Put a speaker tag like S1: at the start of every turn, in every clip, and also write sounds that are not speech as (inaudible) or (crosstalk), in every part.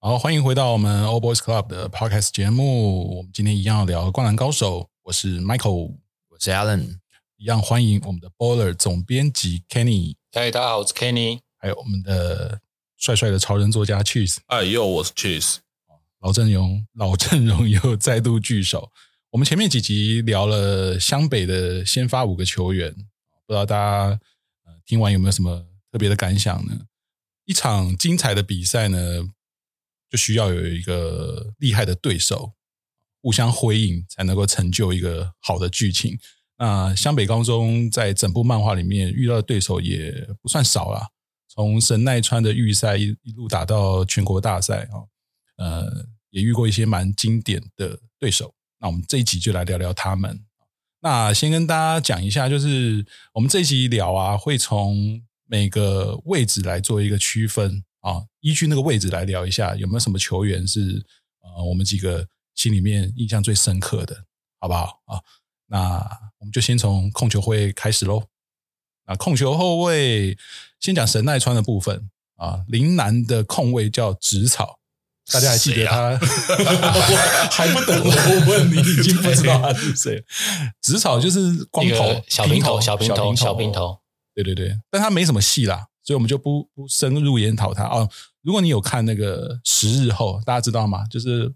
S1: 好，欢迎回到我们 All Boys Club 的 Podcast 节目。我们今天一样要聊《灌篮高手》，我是 Michael，
S2: 我是 Alan，
S1: 一样欢迎我们的 Baller 总编辑 Kenny，
S3: 嗨，大家好，我是 Kenny。
S1: 还有我们的帅帅的潮人作家 Cheese，
S4: 哎呦，我是 Cheese，
S1: 老阵容，老阵容又再度聚首。我们前面几集聊了湘北的先发五个球员，不知道大家呃听完有没有什么特别的感想呢？一场精彩的比赛呢，就需要有一个厉害的对手，互相辉映，才能够成就一个好的剧情。那湘北高中在整部漫画里面遇到的对手也不算少啦，从神奈川的预赛一一路打到全国大赛哦，呃，也遇过一些蛮经典的对手。那我们这一集就来聊聊他们。那先跟大家讲一下，就是我们这一集聊啊，会从每个位置来做一个区分啊，依据那个位置来聊一下有没有什么球员是呃我们几个心里面印象最深刻的，好不好啊？那我们就先从控球会开始喽。啊，控球后卫先讲神奈川的部分啊，陵南的控卫叫直草，大家还记得他？ (laughs) 还不等我问你，已经不知道他是谁了。直草就是光
S3: 一
S1: 头
S3: 个、小平
S1: 头、
S3: 头，小平头，小平。头，
S1: 对对对，但他没什么戏啦，所以我们就不不深入研讨他哦。如果你有看那个《十日后》，大家知道吗？就是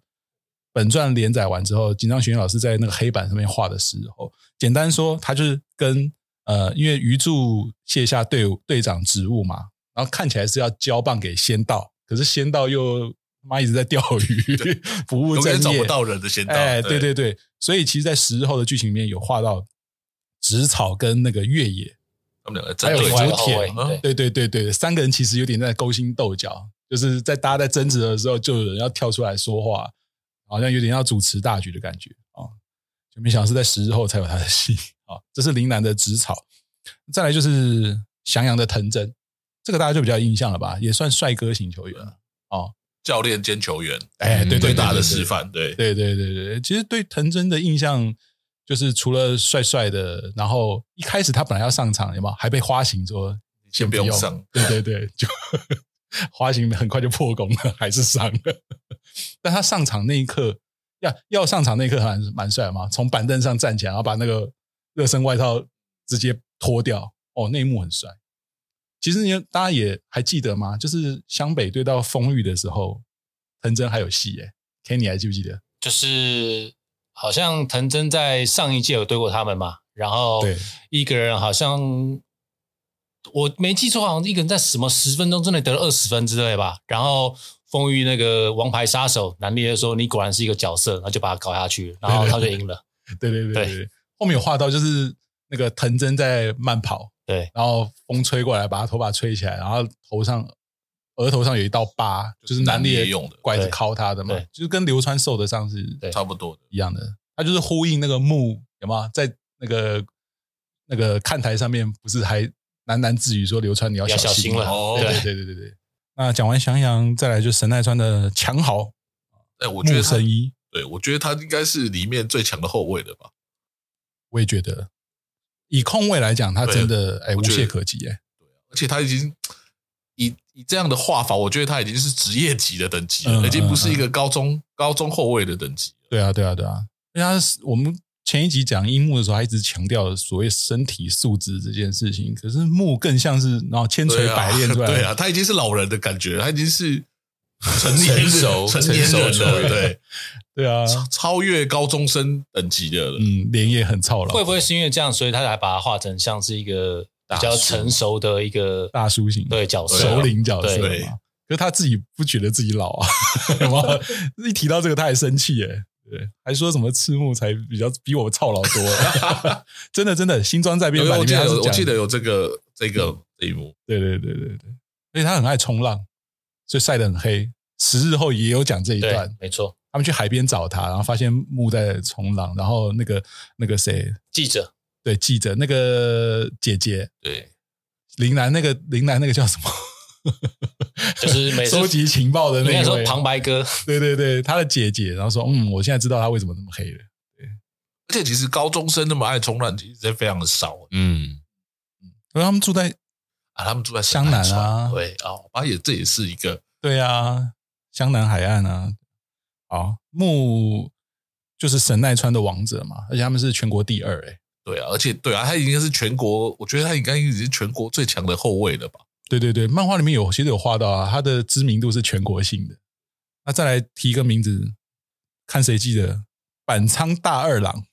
S1: 本传连载完之后，紧张学院老师在那个黑板上面画的《十日后》，简单说，他就是跟呃，因为鱼柱卸下队伍队长职务嘛，然后看起来是要交棒给仙道，可是仙道又他妈一直在钓鱼， (laughs) 不务
S4: 永
S1: 正业，
S4: 远找不到人的仙道。
S1: 哎，对，对对，所以其实，在《十日后》的剧情里面有画到植草跟那个越野。
S4: 他们两个
S1: 还
S4: 针
S1: 有
S4: 对
S1: 竹
S4: 着
S1: 田
S4: 打嗯
S3: 对
S1: 对对对对，三个人其实有点在勾心斗角，就是在大家在争执的时候，就有人要跳出来说话，好像有点要主持大局的感觉啊、哦就没想到是在十日后才有他的戏啊、哦这是林南的植草，再来就是翔阳的藤真，这个大家就比较有印象了吧，也算帅哥型球员了哦。
S4: 教练兼球员，
S1: 哎，对
S4: 对
S1: 对
S4: 打的
S1: 示
S4: 示
S1: 范。
S4: 范，对，
S1: 对对对对，其实对藤真的印象就是除了帅帅的，然后一开始他本来要上场，有没有还被花形说
S4: 先不用上？
S1: 对对对，就 (laughs) 花形很快就破功了，还是上了。但他上场那一刻，要要上场那一刻还是蛮帅的嘛，从板凳上站起来，然后把那个热身外套直接脱掉，哦，那一幕很帅。其实你大家也还记得吗？就是湘北对到丰裕的时候，藤真还有戏耶、k e n n y 还记不记得？
S3: 就是好像藤真在上一届有对过他们嘛，然后
S1: 对
S3: 一个人好像我没记错，好像一个人在什么十分钟之内得了二十分之类吧，然后。风裕那个王牌杀手南烈就说：“你果然是一个角色。”然后就把他搞下去，然后他就赢了。
S1: 对对对对对，后面有画到就是那个藤真在慢跑，
S3: 对，
S1: 然后风吹过来把他头发吹起来，然后头上额头上有一道疤，就是南
S4: 南
S1: 烈
S4: 烈用的
S1: 拐子
S3: 对
S1: 敲他的嘛
S3: 对，
S1: 就是跟流川受的伤是
S3: 对
S4: 差不多的。
S1: 一样的，他就是呼应那个木有没有在那个那个看台上面不是还喃喃自语说流川你 (laughs) 要
S3: 要小
S1: 心
S3: 心了。
S4: 哦
S1: 对
S3: 对
S1: 对对对对对。那讲完翔阳，再来就神奈川的强豪
S4: 哎，我觉
S1: 木
S4: 得他
S1: 神，一，
S4: 对我觉得他应该是里面最强的后卫了吧？
S1: 我也觉得以控卫来讲，他真的哎无
S4: 我觉得
S1: 懈可击哎。
S4: 而且他已经以以这样的画法，我觉得他已经是职业级的等级
S1: 嗯
S4: 了，已经不是一个高中高中后卫的等级了。
S1: 对啊，对啊，对啊。因为他是我们前一集讲樱木的时候，他一直强调所谓身体素质这件事情，可是木更像是然后千锤
S4: 对啊
S1: 百炼出来的，
S4: (laughs) 对啊，他已经是老人的感觉了，他已经
S1: (laughs)
S4: 是成年
S2: 成
S4: 人
S2: 熟
S4: 成年
S2: 成熟
S4: 人
S2: 球
S4: 了，
S2: 员
S4: 对。
S1: 对啊，
S4: 超超越高中生等级的了。
S1: 嗯，脸也很操劳，
S3: 会不会是因为这样，所以他才把它画成像是一个比
S4: 大
S3: 较
S4: 叔
S3: 成熟的一个
S1: 大叔型
S3: 对角色
S1: 首领角色
S4: 啊对
S1: 嘛？可是他自己不觉得自己老
S4: (laughs)
S1: 啊，有没有一提到这个他还生气耶、哎对，还说什么赤木才比较比我操劳多， (laughs) 真的真的，新装在
S4: 有
S1: 变
S4: 有
S1: 版
S4: 我
S1: 里
S4: 记
S1: 面
S4: 得
S1: 他是
S4: 有，我
S1: 讲嗯
S4: 记得有这个这个这一幕，
S1: 对对对对对，而且他很爱冲浪，所以晒得很黑。十日后也有讲这一段
S3: 对，，没错，
S1: 他们去海边找他，然后发现木在冲浪，然后那个那个谁，
S3: 记者
S1: 对记者那个姐姐
S4: 对，
S1: 林楠那个林楠那个叫什么？
S3: (laughs) 就是每次
S1: 收集情报的
S3: 应
S1: 那
S3: 该
S1: 一
S3: 说
S1: 位，
S3: 旁白哥，
S1: 对对对，他的姐姐，然后说嗯，我现在知道他为什么那么黑了。
S4: 而且其实高中生那么爱冲浪，其实非常的少
S2: 嗯，
S1: 因为他们住在
S4: 啊。他们住在
S1: 湘南啊
S4: 哦神奈川对啊，我发现这也是一个
S1: 对啊，湘南海岸啊，好木就是神奈川的王者嘛，而且他们是全国第二、欸，哎，
S4: 对啊，而且对啊，他应该是全国，我觉得他应该已经是全国最强的后卫了吧？
S1: 对对对，漫画里面有其实有画到啊，他的知名度是全国性的。那再来提一个名字，看谁记得板仓大二
S3: (laughs)
S1: 郎，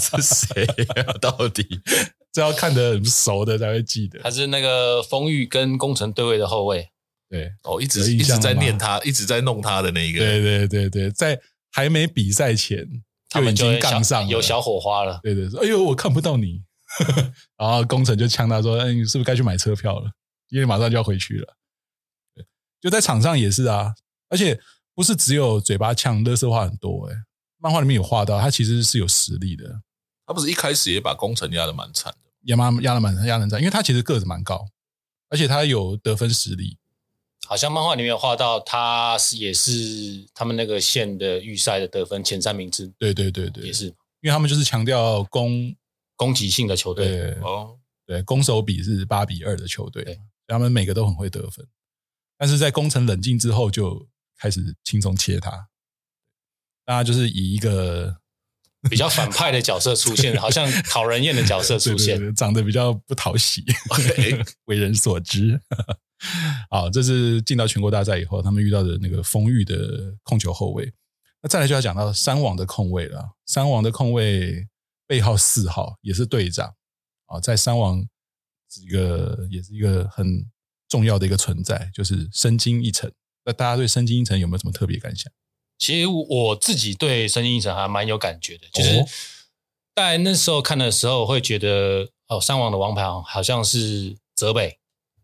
S2: 是谁
S3: 啊
S2: 呀、到底
S1: (laughs) 这要看得很熟的才会记得。
S3: 他是那个丰裕跟工程对位的后卫，
S1: 对
S4: 哦，一
S1: 有
S4: 直
S1: 印
S4: 一
S1: 象
S4: 直在
S1: 吗
S4: 念他，一直在弄他的那一个，
S1: 对对对对，在还没比赛前
S3: 他
S1: 已
S3: 们就
S1: 经
S3: 会小
S1: 杠上了
S3: 有小火花了。
S1: 对对，说哎呦，我看不到你。 (laughs) 然后工程就呛他说：“哎，你是不是该去买车票了？因为马上就要回去了。”对，就在场上也是啊，而且不是只有嘴巴呛，乐色话很多哎、漫画里面有画到，他其实是有实力的，
S4: 他不是一开始也把工程压得蛮惨的，
S1: 压蛮压的蛮压人战，因为他其实个子蛮高，而且他有得分实力。
S3: 好像漫画里面有画到，他是也是他们那个县的预赛的得分前三名之，
S1: 对对对对，
S3: 也，是
S1: 因为他们就是强调攻，
S3: 攻击性的球队。
S1: 对 (laughs)
S4: 哦，
S1: 对，攻守比是八比二的球队，
S3: 对
S1: 所以他们每个都很会得分。但是在工程冷静之后，就开始轻松切他。大家就是以一个
S3: 比较反派的角色出现，好像讨人厌的角色出
S1: 对
S3: 现。
S1: 对对长得比较不讨喜，
S4: 哎
S1: 为人所知。好，这是进到全国大赛以后，他们遇到的那个丰裕的控球后卫。那再来就要讲到三王的控卫了。三王的控卫背号四号也是队长啊，在三王这个也是一个很重要的一个存在，就是深津一成。那大家对深津一成有没有什么特别感想？
S3: 其实我自己对申京一成还蛮有感觉的，就是
S1: 哦
S3: 在那时候看的时候，会觉得哦，三王的王牌好像是泽北，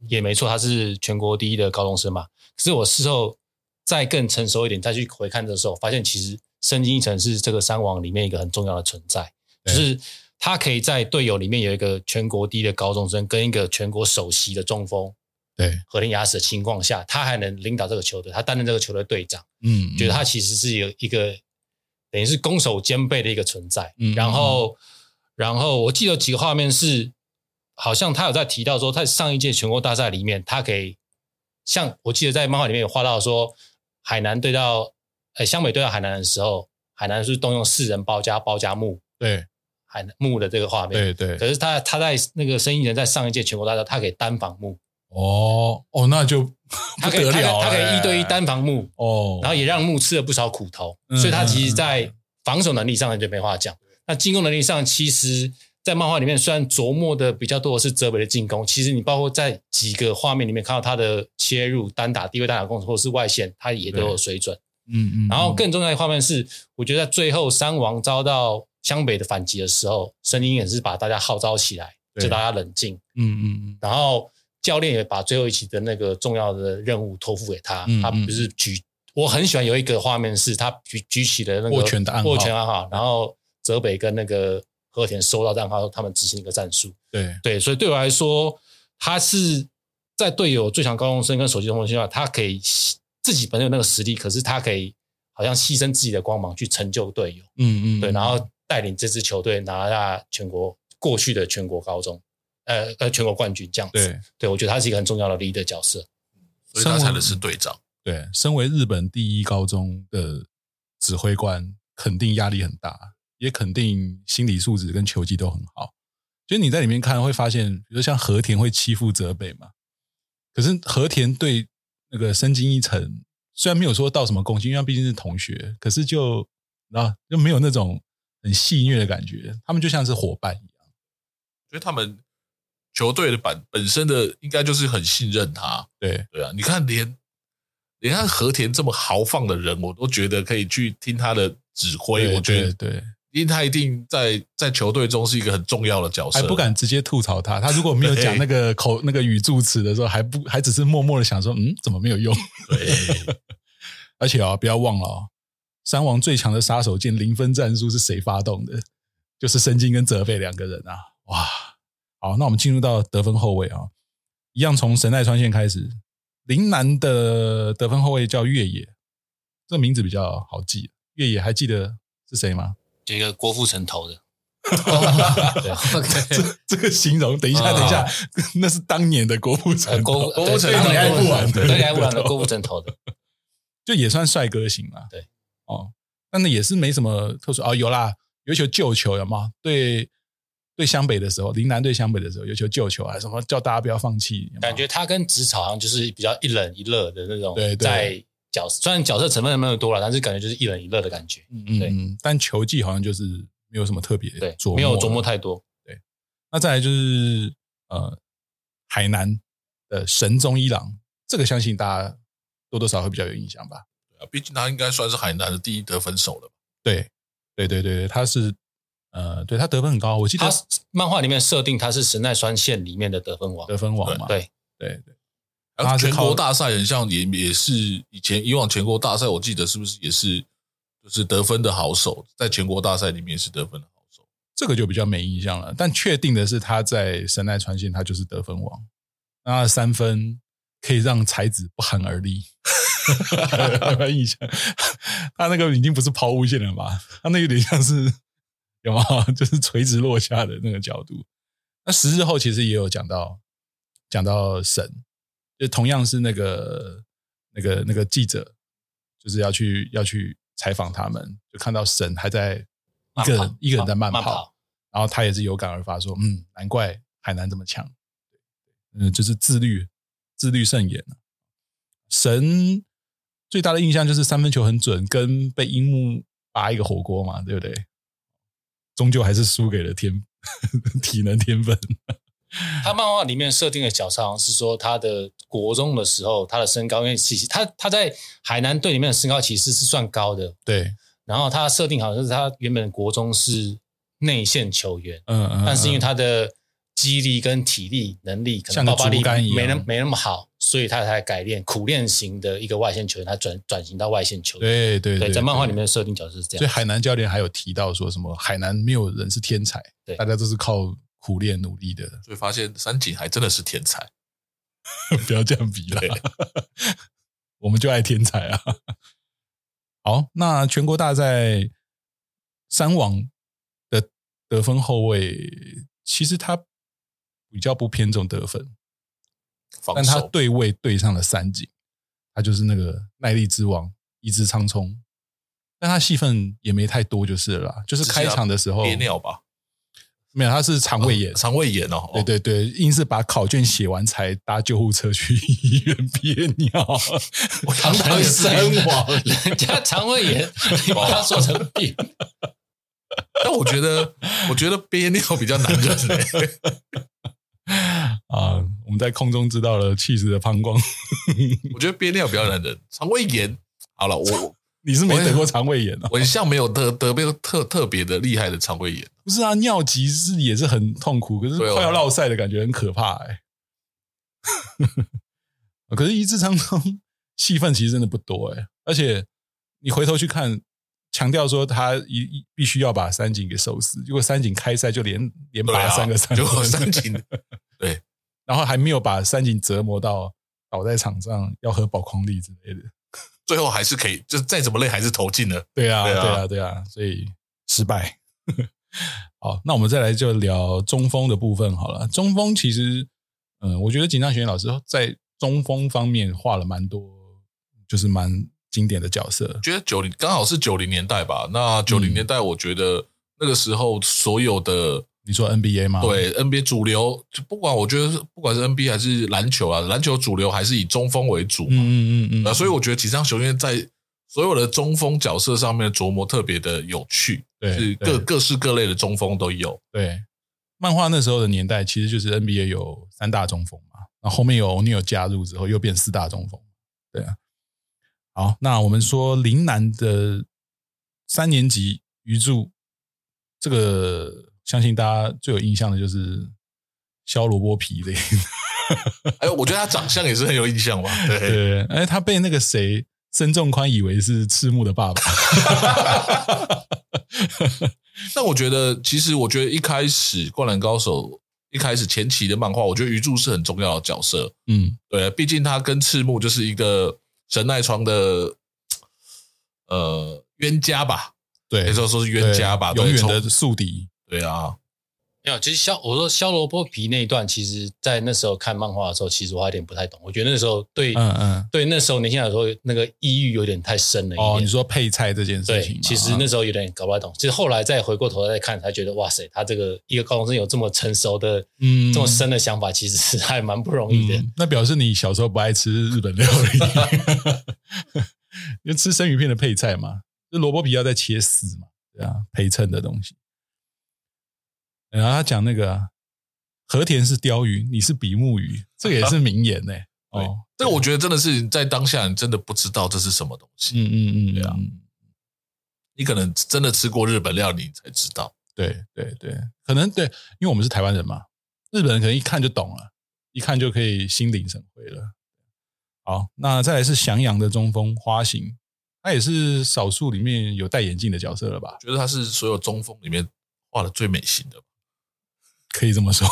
S3: 也没错，他是全国第一的高中生嘛。可是我事后再更成熟一点，再去回看的时候，发现其实申京一成是这个三王里面一个很重要的存在，
S1: 对
S3: 就是他可以在队友里面有一个全国第一的高中生跟一个全国首席的中锋，
S1: 对，
S3: 和田雅史的情况下，他还能领导这个球队，他担任这个球队队长，
S1: 嗯，
S3: 觉得他其实是有一个等于是攻守兼备的一个存在。
S1: 嗯
S3: 然后，然后我记得有几个画面是，好像他有在提到说，在上一届全国大赛里面，他可以像我记得在漫画里面有画到说，海南对到呃湘北对到海南的时候，海南是动用四人包夹包夹木
S1: 对
S3: 海南木的这个画面。
S1: 对对，
S3: 可是他他在那个生意人在上一届全国大赛，他可以单防木，
S1: 哦哦，那就
S3: 他
S1: 不
S3: 可以
S1: 得
S3: 他可以
S1: 了
S3: 他可以
S1: 哎
S3: 一对一单防木，
S1: 哦，
S3: 然后也让木吃了不少苦头，
S1: 嗯
S3: 所以他其实在防守能力上就没话讲。那进攻能力上，其实，在漫画里面虽然琢磨的比较多的是泽北的进攻，其实你包括在几个画面里面看到他的切入、单打、低位单打攻势或是外线，他也都有水准。
S1: 嗯嗯，
S3: 然后
S1: 嗯
S3: 更重要的画面是，我觉得在最后三王遭到湘北的反击的时候，声音也是把大家号召起来，
S1: 对
S3: 就大家冷静。
S1: 嗯嗯嗯。
S3: 然后教练也把最后一期的那个重要的任务托付给他，
S1: 嗯
S3: 他
S1: 嗯
S3: 不是举，我很喜欢有一个画面是他举举起了那个
S1: 握拳的暗号
S3: 握拳暗号，然后泽北跟那个和田收到这暗号，他们执行一个战术，
S1: 对，
S3: 对，所以对我来说，他是在队友最强高中生跟手机中锋之下，他可以牺自己本身有那个实力，可是他可以好像牺牲自己的光芒去成就队友，
S1: 嗯嗯，
S3: 对，然后带领这支球队拿下全国过去的全国高中。呃呃，全国冠军这样子，
S1: 对
S3: 对，我觉得他是一个很重要的 leader 角色。
S4: 所以他才能是队长。
S1: 对，身为日本第一高中的指挥官，肯定压力很大，也肯定心理素质跟球技都很好。就是你在里面看会发现，比如像和田会欺负泽北嘛，可是和田对那个深津一成虽然没有说到什么攻击，因为他毕竟是同学，可是就啊就没有那种很戏谑的感觉，他们就像是伙伴一样。
S4: 觉得他们球队的本本身的应该就是很信任他，
S1: 对
S4: 对啊，你看连连看和田这么豪放的人，我都觉得可以去听他的指挥，
S1: 对
S4: 我觉
S1: 对
S4: 得。
S1: 对，
S4: 因为他一定在在球队中是一个很重要的角色，
S1: 还不敢直接吐槽他。他如果没有讲那个口那个语助词的时候，还不还只是默默的想说，嗯，怎么没有用？
S4: 对，
S1: (laughs) 而且啊、不要忘了哦，三王最强的杀手锏零分战术是谁发动的？就是申京跟泽北两个人啊！哇，好，那我们进入到得分后卫啊、一样从神奈川县开始。陵南的得分后卫叫越野，这名字比较好记。越野还记得是谁吗？
S3: 就一个郭富城投的，
S2: ？OK，
S1: (laughs) 这个形容，等一下，
S3: 啊
S1: 等一下， (laughs) 那是当年的国富城
S3: 呃
S1: 投，
S3: 郭
S1: 对
S3: 对
S1: 里埃布兰
S3: 对
S1: 的
S3: 里埃布兰的郭富城投的，
S1: (laughs) 就也算帅哥型啦。
S3: 对，
S1: 哦，但那也是没什么特殊哦。有啦，有一球救球有吗？对对，湘北的时候，林南对湘北的时候，有一球救球啊，什么叫大家不要放弃？有没有
S3: 感觉他跟职场好像就是比较一冷一热的那种，
S1: 对对
S3: 在角虽然角色成分没有多了，但是感觉就是一冷一热的感觉，
S1: 嗯嗯
S3: 对
S1: 嗯，但球技好像就是没有什么特别
S3: 对
S1: 琢，磨，
S3: 没有琢磨。太多。
S1: 那再来就是呃，海南的神宗一郎，这个相信大家多多少少会比较有印象吧。
S4: 啊毕竟他应该算是海南的第一得分手了吧。
S1: 对，对对对对，他是呃，对他得分很高，我记得
S3: 他漫画里面设定他是神奈川县里面的得分王，
S1: 得分王嘛。
S3: 对，
S1: 对对，
S4: 然后
S1: 他是
S4: 全
S1: 靠
S4: 国大赛很像也也是以前以往全国大赛，我记得是不是也是就是得分的好手，在全国大赛里面也是得分的好手。
S1: 这个就比较没印象了。但确定的是，他在神奈川县他就是得分王，那他的三分可以让才子不寒而栗。有没 (laughs) 有印象？他那个已经不是抛物线了吧？他那有点像是有吗？就是垂直落下的那个角度。那十日后其实也有讲到，讲到神，就同样是那个那个那个记者，就是要去要去采访他们，就看到神还在一个
S3: 慢
S1: 人
S3: 跑
S1: 一个人在慢
S3: 慢
S1: 跑
S3: 跑，
S1: 然后他也是有感而发说，嗯，难怪海南这么强，嗯，就是自律自律甚严啊神最大的印象就是三分球很准，跟被樱木拔一个火锅嘛，对不对？终究还是输给了天 (laughs) 体能天分。
S3: 他漫画里面设定的角色好像是说，他的国中的时候，他的身高，因为其实他他在海南队里面的身高其实是算高的，
S1: 对，
S3: 然后他设定好像是他原本国中是内线球员，
S1: 嗯嗯，
S3: 但是因为
S1: 嗯
S3: 他的肌力跟体力能力可
S1: 像
S3: 能
S1: 个
S3: 爆发力
S1: 竹竿一样
S3: 没那没那么好，所以他才改练苦练型的一个外线球员，他转转型到外线球员。
S1: 对对
S3: 在漫画里面的设定角色是这
S1: 所以
S3: 样。
S1: 海南教练还有提到说什么海南没有人是天才，
S3: 对
S1: 大家都是靠苦练努力的，
S4: 所以发现山井还真的是天才，
S1: 不要这样比了， (laughs) 我们就爱天才啊。好，那全国大赛三王的得分后卫，其实他比较不偏重得分，
S4: 防
S1: 但他哦
S4: 守
S1: 对位对上了三井，他就是那个耐力之王伊之苍冲，但他戏份也没太多就是了啦，就是
S4: 只是
S1: 开场的时候
S4: 憋尿吧，
S1: 没有，他是肠胃
S4: (laughs)
S1: 炎，
S4: 肠胃炎哦，
S1: 对对对，硬是把考卷写完才搭救护车去医院憋尿，
S4: (laughs) 我
S3: 堂堂
S4: 身
S3: 三
S4: 亡。
S3: (laughs) 人家肠胃炎，你把他说成病，
S4: (laughs) 但我觉得，我觉得憋尿比较难忍、欸。
S1: (laughs) 啊，我们在空中知道了气死的膀胱， (laughs)
S4: 我觉得憋尿比较难忍，肠胃炎。好了，我
S1: 你是没得过肠胃炎哦？
S4: 我一向没有得得病特特别的厉害的肠胃炎，
S1: 不是啊，尿急是也是很痛苦，可是
S4: 对哦
S1: 快要落塞的感觉很可怕哎、 (laughs) 可是一字长中戏份其实真的不多哎、而且你回头去看，强调说他一一必须要把三井给收拾，结果三井开赛就连连
S4: 对
S1: 拔
S4: 啊，
S1: 三个三
S4: 就
S1: 分，
S4: 三井
S1: 然后还没有把三井折磨到倒在场上要喝宝矿力之类的。
S4: 最后还是可以，就是再怎么累还是投进了。
S1: 对啊，对
S4: 对啊
S1: 啊，对啊，所以失败。 (laughs) 好，那我们再来就聊中锋的部分好了。中锋其实，嗯，我觉得紧张学院老师在中锋方面画了蛮多，就是蛮经典的角色
S4: 我。觉得九零刚好是九零年代吧，那九零年代我觉得那个时候所有的
S1: 你说 NBA 吗？，
S4: 对 NBA 主流，就不管我觉得是不管是 NBA 还是篮球啊，篮球主流还是以中锋为主嘛。
S1: 嗯嗯嗯嗯。
S4: 啊，所以我觉得吉上雄彦在所有的中锋角色上面的琢磨特别的有趣，
S1: 对
S4: 是
S1: 对
S4: 各各式各类的中锋都有。
S1: 对，漫画那时候的年代其实就是 NBA 有三大中锋嘛，然后后面有 o n e i 加入之后又变四大中锋，对啊。好，那我们说林南的三年级鱼柱，这个相信大家最有印象的就是削萝卜皮的，
S4: 哎，我觉得他长相也是很有印象吧？对，
S1: (laughs) 对，哎，他被那个谁申仲宽以为是赤木的爸爸，
S4: 但我觉得其实我觉得一开始《灌篮高手》一开始前期的漫画，我觉得鱼柱是很重要的角色。
S1: 嗯，
S4: 对，啊毕竟他跟赤木就是一个神奈川的呃冤家吧，
S1: 对，
S4: 可以说说是冤家吧，
S1: 对永
S4: 对
S1: 远
S4: 从
S1: 的宿敌，
S4: 对啊，
S3: 没有，其实削我说削萝卜皮那一段，其实在那时候看漫画的时候，其实我还有点不太懂。我觉得那时候对、
S1: 嗯嗯，
S3: 对那时候年轻人来说，那个抑郁有点太深了一点。
S1: 哦，你说配菜这件事情
S3: 对
S1: 嘛，，啊嗯
S3: 其实那时候有点搞不太懂。其实后来再回过头再看，才觉得哇塞，他这个一个高中生有这么成熟的、
S1: 嗯
S3: 这么深的想法，其实是还蛮不容易的。
S1: 嗯那表示你小时候不爱吃日本料理， (laughs) 因为吃生鱼片的配菜嘛，就萝卜皮要再切丝嘛，对啊，陪衬的东西。然后他讲那个啊和田是鲷鱼，你是比目鱼，这个也是名言呢、
S4: (laughs) 对
S1: 哦，
S4: 这个我觉得真的是在当下，你真的不知道这是什么东西。
S1: 嗯嗯嗯，
S4: 对啊
S1: 嗯
S4: 你可能真的吃过日本料理，你才知道。
S1: 对对对，可能对，因为我们是台湾人嘛，日本人可能一看就懂了，一看就可以心领神会了。好，那再来是翔阳的中锋花形，他也是少数里面有戴眼镜的角色了吧？
S4: 觉得他是所有中锋里面画的最美型的，
S1: 可以这么说，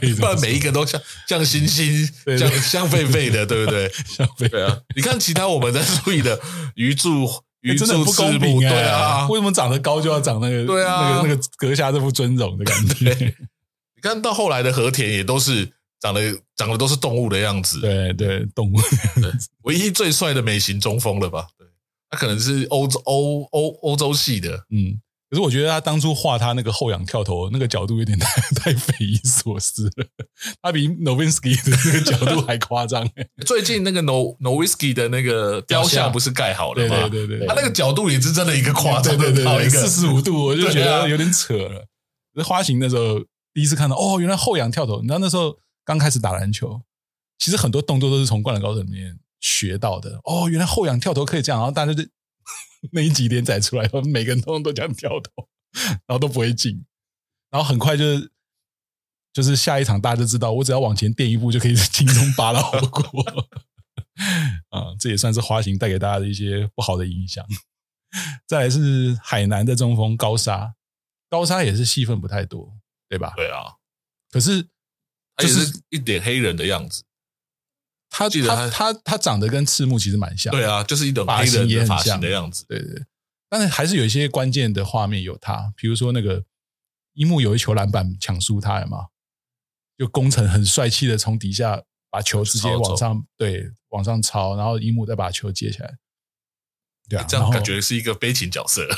S1: 可以这
S4: 不
S1: 么
S4: 然
S1: 说。
S4: 每一个都像像星星、
S1: 对对
S4: 像像狒狒的，对
S1: (laughs)
S4: 不对？
S1: 像被
S4: 对啊，你看其他我们在注意的鱼柱、
S1: 哎
S4: 鱼
S1: 真的
S4: 柱
S1: 不
S4: 翅
S1: 公
S4: 目，
S1: 平哎、
S4: 对啊，
S1: 为什么长得高就要长那个？
S4: 对啊
S1: 那个那个阁下这副尊容的感觉。
S4: 你看到后来的和田也都是长得长得都是动物的样子，
S1: 对对，动物
S4: 唯一最帅的美型中锋了吧？对，他可能是欧洲欧欧欧洲系的，
S1: 嗯，可是我觉得他当初画他那个后仰跳投那个角度有点太 (laughs) 太匪夷所思了，他比 Novinsky 的那个角度还夸张、欸。
S4: 最近那个 No No Whisky 的那个雕
S3: 雕
S4: 像
S3: 像
S4: 不是盖好了
S1: (laughs) 对
S4: 吗？
S1: 对对对，
S4: 他那个角度也是真的一个夸张
S1: 对
S4: 的
S1: 对
S4: 到一
S1: 对，
S4: 个
S1: 四十五度，我就觉
S4: 对啊
S1: 得有点扯了。那花形那时候第一次看到，哦，原来后仰跳投，你知道那时候刚开始打篮球，其实很多动作都是从《灌篮高手》里面学到的。哦，原来后仰跳投可以这样，然后大家就那一集连载出来，每个人通通都这样跳投，然后都不会进，然后很快就是。就是下一场大家就知道，我只要往前垫一步就可以轻松拔到火锅。 (laughs) 啊，这也算是花形带给大家的一些不好的影响。再来是海南的中锋高沙，高沙也是戏份不太多，对吧？
S4: 对啊，
S1: 可是
S4: 他也是一脸黑人的样子。
S1: 他
S4: 记得
S1: 他他他长得跟赤木其实蛮像，
S4: 对啊，就是一种
S1: 发
S4: 黑
S1: 型
S4: 人
S1: 也
S4: 的
S1: 很
S4: 发型
S1: 像
S4: 的样子。
S1: 对对对，但是还是有一些关键的画面有他，比如说那个樱木有一球篮板抢输他了嘛，就工程很帅气的从底下把球直接
S4: 抄走
S1: 往上对往上抄，然后樱木再把球接起来，对啊，
S4: 这样
S1: 然后
S4: 感觉是一个悲情角色，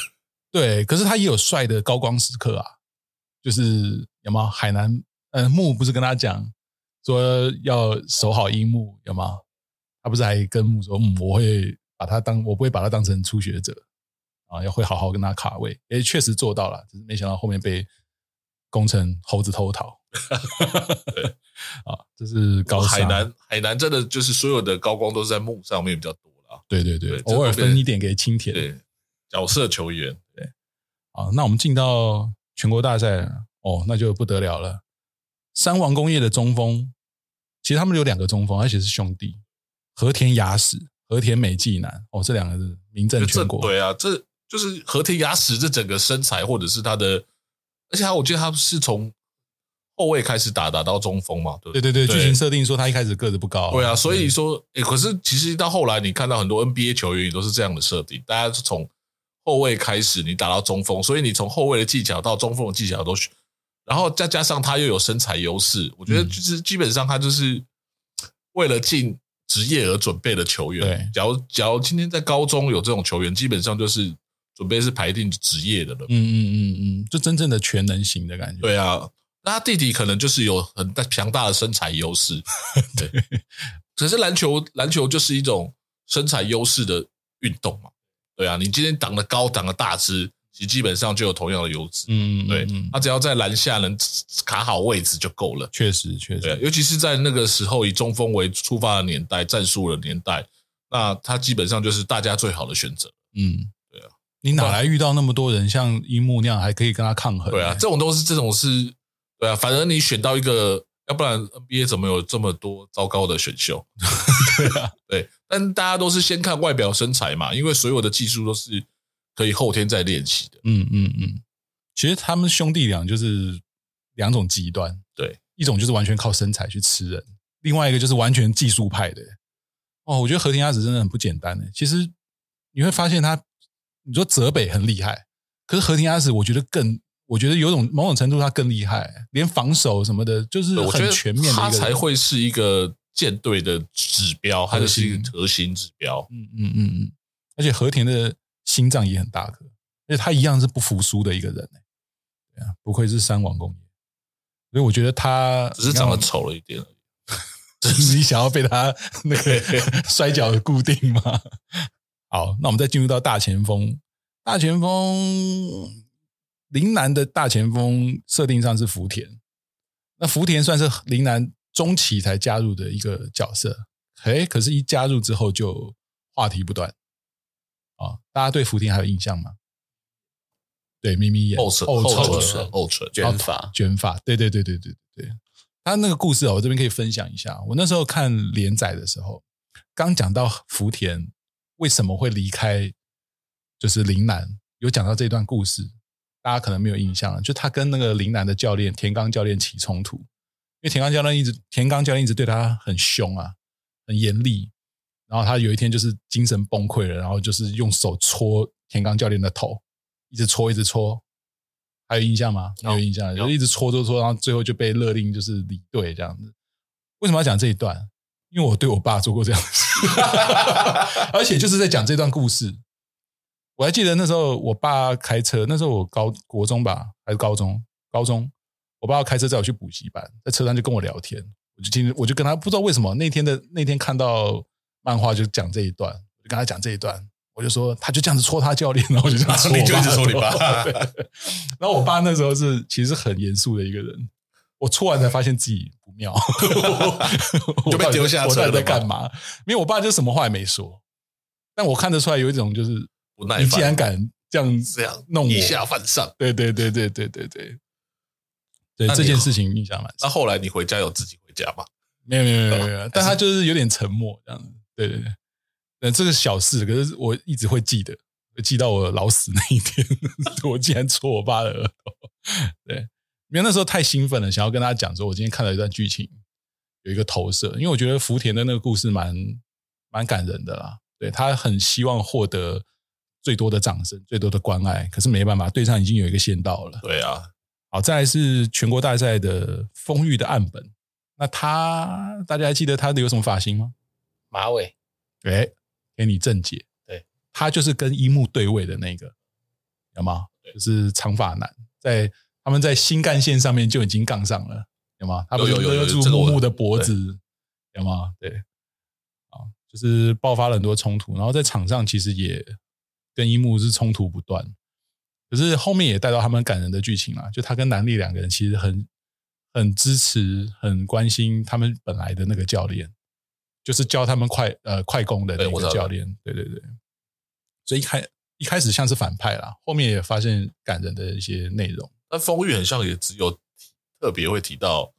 S1: 对，可是他也有帅的高光时刻啊，就是有没有海南呃木不是跟他讲说要守好樱木有吗？他不是还跟木说，嗯，我会把他当我不会把他当成初学者啊，要会好好跟他卡位，也确实做到了，只是没想到后面被工程猴子偷
S4: (laughs)
S1: 桃啊，这是高
S4: 哦海
S1: 沙
S4: 南海南真的就是所有的高光都是在木上面比较多啦。
S1: 对对对，
S4: 对这
S1: 偶尔
S4: 后面
S1: 分一点给青田，
S4: 对，角色球员
S1: 啊，那我们进到全国大赛了哦，那就不得了了。三王工业的中锋，其实他们有两个中锋，而且是兄弟，和田雅史、和田美纪男。哦，这两个是名震
S4: 就
S1: 全
S4: 这
S1: 国。
S4: 对啊，这就是和田雅史这整个身材或者是他的，而且他我记得他是从后卫开始打打到中锋嘛，对不
S1: 对
S4: 对？
S1: 对对，
S4: 对
S1: 剧情设定说他一开始个子不高。
S4: 对啊，所以说，诶，可是其实到后来，你看到很多 NBA 球员也都是这样的设定，大家是从后卫开始，你打到中锋，所以你从后卫的技巧到中锋的技巧都学，然后再加上他又有身材优势，我觉得
S1: 嗯
S4: 就是基本上他就是为了进职业而准备的球员。
S1: 对
S4: 假如假如今天在高中有这种球员，基本上就是准备是排定职业的了。
S1: 嗯嗯嗯嗯，就真正的全能型的感觉。
S4: 对啊，那他弟弟可能就是有很大强大的身材优势，对。可是篮球篮球就是一种身材优势的运动嘛，对啊，你今天挡得高，挡得大只，其实基本上就有同样的优质，
S1: 嗯，嗯，嗯
S4: 对
S1: 嗯，
S4: 他只要在篮下能卡好位置就够了，
S1: 确实确
S4: 对啊、
S1: 实。
S4: 尤其是在那个时候以中锋为出发的年代，战术的年代，那他基本上就是大家最好的选择，
S1: 嗯，
S4: 对啊。
S1: 你哪来遇到那么多人像樱木那样还可以跟他抗衡？
S4: 对啊，这种都是这种是，对啊，反正你选到一个，要不然 NBA 怎么有这么多糟糕的选秀？ (laughs) 对啊，对，但大家都是先看外表身材嘛，因为所有的技术都是可以后天再练习的。
S1: 嗯嗯嗯，其实他们兄弟俩就是两种极端，
S4: 对，
S1: 一种就是完全靠身材去吃人，另外一个就是完全技术派的。哦，我觉得和田鸭子真的很不简单的。其实你会发现他，你说泽北很厉害，可是和田鸭子我觉得更，我我觉得有种某种程度他更厉害，连防守什么的，就是
S4: 我觉
S1: 很
S4: 得
S1: 全面的一个
S4: 他
S1: 人
S4: 才会是一个舰队的指标，它就是一个核心指标。
S1: 嗯嗯嗯嗯，而且和田的心脏也很大颗，而且他一样是不服输的一个人、欸，对啊，不愧是三王工业，所以我觉得他
S4: 只是长得
S1: 你看
S4: 丑了一点而已。
S1: 你想要被他那
S4: (laughs)
S1: 个摔跤固定吗？好，那我们再进入到大前锋。大前锋，陵南的大前锋设定上是福田，那福田算是陵南中期才加入的一个角色。哎，可是，一加入之后就话题不断啊、大家对福田还有印象吗？对，咪咪眼
S4: 后唇，
S1: 后
S4: 后
S1: 唇
S4: 唇，后唇，
S2: 卷发，
S1: 哦卷发，对对对对对对对。他那个故事哦，我这边可以分享一下。我那时候看连载的时候，刚讲到福田为什么会离开，就是陵南，有讲到这段故事，大家可能没有印象了。就他跟那个陵南的教练田刚教练起冲突，因为田刚教练一直田刚教练一直对他很凶啊，很严厉。然后他有一天就是精神崩溃了，然后就是用手戳田刚教练的头，一直戳，一直戳。还有印象吗？没有印象，就
S3: 有
S1: 一直戳戳戳，然后最后就被勒令就是离队这样子。为什么要讲这一段？因为我对我爸做过这样的事， (laughs) 而且就是在讲这段故事。我还记得那时候我爸开车，那时候我高国中吧，还是高中？高中，我爸开车载我去补习班，在车上就跟我聊天，我就听，我就跟他不知道为什么那天的那天看到漫画就讲这一段，我就跟他讲这一段，我就说他就这样子戳他教练，然后我就这样戳我
S2: 你就一直戳你
S1: 爸
S2: 爸
S1: 的头，对然后我爸那时候是其实很严肃的一个人，我戳完才发现自己不妙，
S2: 就被丢下
S1: (laughs) 我
S2: 车
S1: 到
S2: 了嘛
S1: 底在干嘛？因为我爸就什么话也没说，但我看得出来有一种就是
S4: (laughs) 不耐
S1: 你竟然
S4: 烦，
S1: 敢这样
S4: 这样
S1: 弄我，
S4: 以下犯上。
S1: 对对对对对对对，对
S4: 那你
S1: 这件事情印象蛮深。
S4: 那后来你回家有自己回家吗？
S1: 没有没有没有没有没有，但他就是有点沉默这样子。对对对，呃，这个小事，可是我一直会记得，会记到我老死那一天， (laughs) 我竟然戳我爸的额头。对，因为那时候太兴奋了，想要跟大家讲说，我今天看了一段剧情，有一个投射，因为我觉得福田的那个故事蛮蛮感人的啦。对他很希望获得最多的掌声、最多的关爱，可是没办法，队上已经有一个先到了。
S4: 对啊，
S1: 好，再来是全国大赛的丰裕的岸本。那他，大家还记得他的有什么发型吗？
S3: 马尾
S1: 哎，给你正解，
S3: 对
S1: 他就是跟樱木对位的那个，有吗？就是长发男，在他们在新干线上面就已经杠上了，有吗？他不是
S4: 有有有有
S1: 勒住
S4: 这个我
S1: 木木的脖子，有吗？对，啊，就是爆发了很多冲突，然后在场上其实也跟樱木是冲突不断，可是后面也带到他们感人的剧情啦，就他跟南丽两个人其实很很支持、很关心他们本来的那个教练，就是教他们快呃快攻的
S4: 对
S1: 那
S4: 我
S1: 个
S4: 知道
S1: 教练，对对对，所以一开一开始像是反派啦，后面也发现感人的一些内容。
S4: 但丰裕很像也只有提特别会提到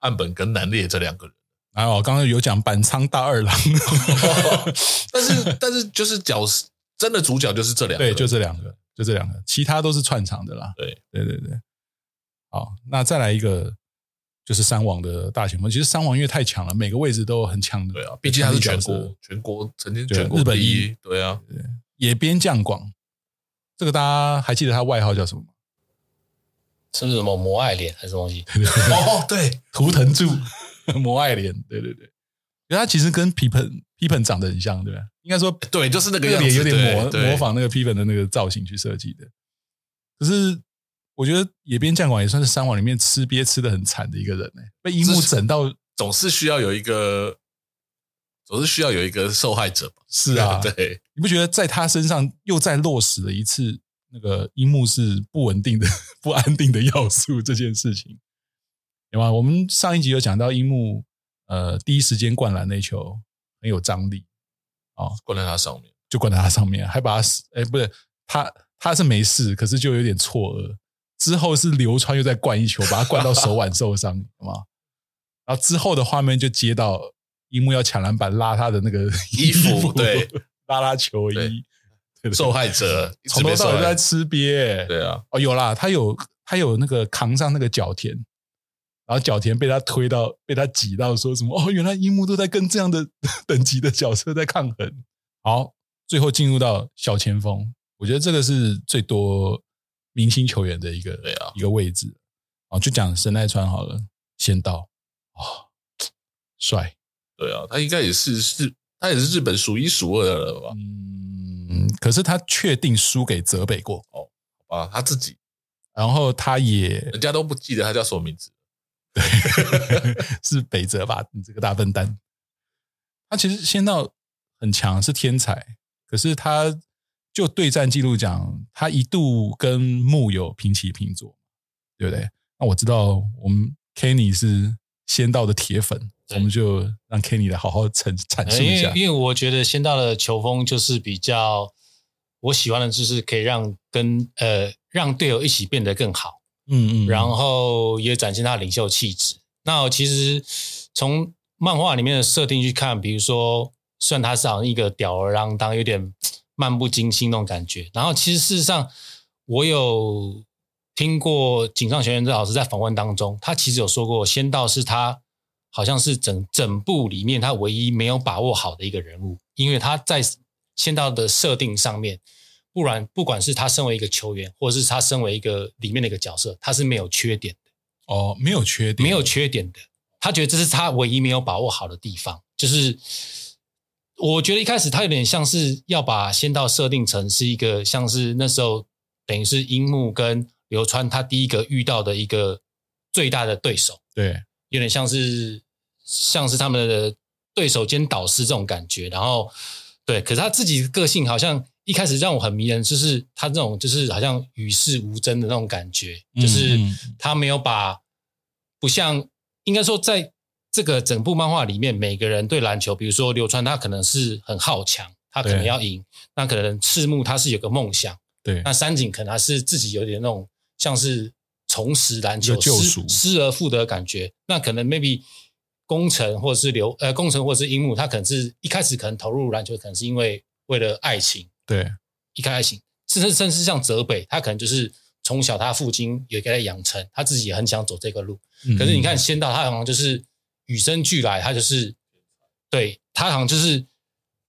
S4: 岸本跟南烈这两个人，
S1: (laughs) 然后刚刚有讲板仓大二郎，
S4: 但是但是就是角色真的主角就是这两个
S1: 对，
S4: 人，
S1: 就这两个，就这两个，其他都是串场的啦。
S4: 对，
S1: 对对对。好，那再来一个，就是三王的大前锋。其实三王因为太强了，每个位置都很强的。
S4: 对啊，毕竟他是全
S1: 强力角色
S4: 国全国曾经
S1: 对
S4: 全国
S1: 日本
S4: 第
S1: 一
S4: 一，
S1: (laughs)
S4: 对啊，
S1: 野边将广，这个大家还记得他外号叫什么吗？
S3: 是不是什么摩爱脸还是什么
S1: (laughs)
S3: 东西？
S4: 哦对，
S1: 图腾柱 (laughs) 摩爱莲，对对对，因为他其实跟皮本皮本长得很像，对吧？应该说
S4: 对就是那个
S1: 这个
S4: 样子
S1: 脸有点模
S4: 对对
S1: 模仿那个皮本的那个造型去设计的。可是我觉得野边将广也算是三王里面吃瘪吃的很惨的一个人呢、被樱木整到
S4: 总是需要有一个，总是需要有一个受害者嘛。
S1: 是啊
S4: 对，
S1: 你不觉得在他身上又再落实了一次那个樱木是不稳定的、 (laughs) 不安定的要素这件事情？有吗？我们上一集有讲到樱木，呃，第一时间灌篮那球很有张力，
S4: 灌在他上面。
S1: 就灌在他上面，还把他，哎，不是他，他是没事，可是就有点错愕。之后是流川又再灌一球，把他灌到手腕受伤， (laughs) 有吗？然后之后的画面就接到樱木要抢篮板拉他的那个
S4: 衣服对，
S1: 拉拉球衣，
S4: 对
S1: 对对
S4: 受害者
S1: 从头到尾都在
S4: 在
S1: 吃瘪、
S4: 对啊，
S1: 哦，有啦，他有他有那个扛上那个角田，然后角田被他推到，被他挤到，说什么哦，原来樱木都在跟这样的 (laughs) 等级的角色在抗衡。好，最后进入到小前锋，我觉得这个是最多明星球员的一个
S4: 对啊
S1: 一个位置啊，就讲神奈川好了，仙道啊，帅，
S4: 对啊，他应该也是是，他也是日本数一数二的了吧？
S1: 嗯，可是他确定输给泽北过，
S4: 啊，他自己
S1: 然后他也
S4: 人家都不记得他叫什么名字，
S1: (laughs) 是北泽吧？你这个大笨蛋！他其实仙道很强，是天才，可是他就对战记录讲，他一度跟木有平起平坐，对不对？那我知道我们 Kenny 是仙道的铁粉，
S3: 对
S1: 我们就让 Kenny 来好好阐阐述
S3: 因
S1: 一
S3: 为
S1: 下。
S3: 因为我觉得仙道的球风就是比较我喜欢的，就是可以让跟呃让队友一起变得更好，
S1: 嗯嗯，
S3: 然后也展现他的领袖气质。那其实从漫画里面的设定去看，比如说，虽然他是好像一个吊儿郎当、有点漫不经心那种感觉，然后其实事实上，我有听过井上学院这老师在访问当中，他其实有说过，仙道是他好像是整整部里面他唯一没有把握好的一个人物，因为他在仙道的设定上面，不然不管是他身为一个球员，或者是他身为一个里面的一个角色，他是没有缺点的，
S1: 哦，没有缺点，
S3: 没有缺点的。他觉得这是他唯一没有把握好的地方，就是我觉得一开始他有点像是要把仙道设定成是一个像是那时候等于是樱木跟流川他第一个遇到的一个最大的对手，
S1: 对，
S3: 有点像是像是他们的对手兼导师这种感觉。然后对，可是他自己个性好像一开始让我很迷人，就是他这种就是好像与世无争的那种感觉，
S1: 嗯
S3: 就是
S1: 嗯
S3: 他没有把不像应该说在。这个整部漫画里面，每个人对篮球，比如说流川，他可能是很好强，他可能
S1: 对
S3: 要赢；那可能赤木他是有个梦想，
S1: 对
S3: 那山井可能还是自己有点那种像是重拾篮
S1: 一
S3: 球
S1: 个救
S3: 失
S1: 赎
S3: 失而复得的感觉。那可能 maybe 工程或者是刘呃工程或者是樱木，他可能是一开始可能投入篮球，可能是因为为了爱情，
S1: 对，
S3: 一开始甚至甚至像泽北，他可能就是从小他父亲也给他养成，他自己也很想走这个路。
S1: 嗯
S3: 可是你看，仙道他好像就是与生俱来，他就是对他好像就是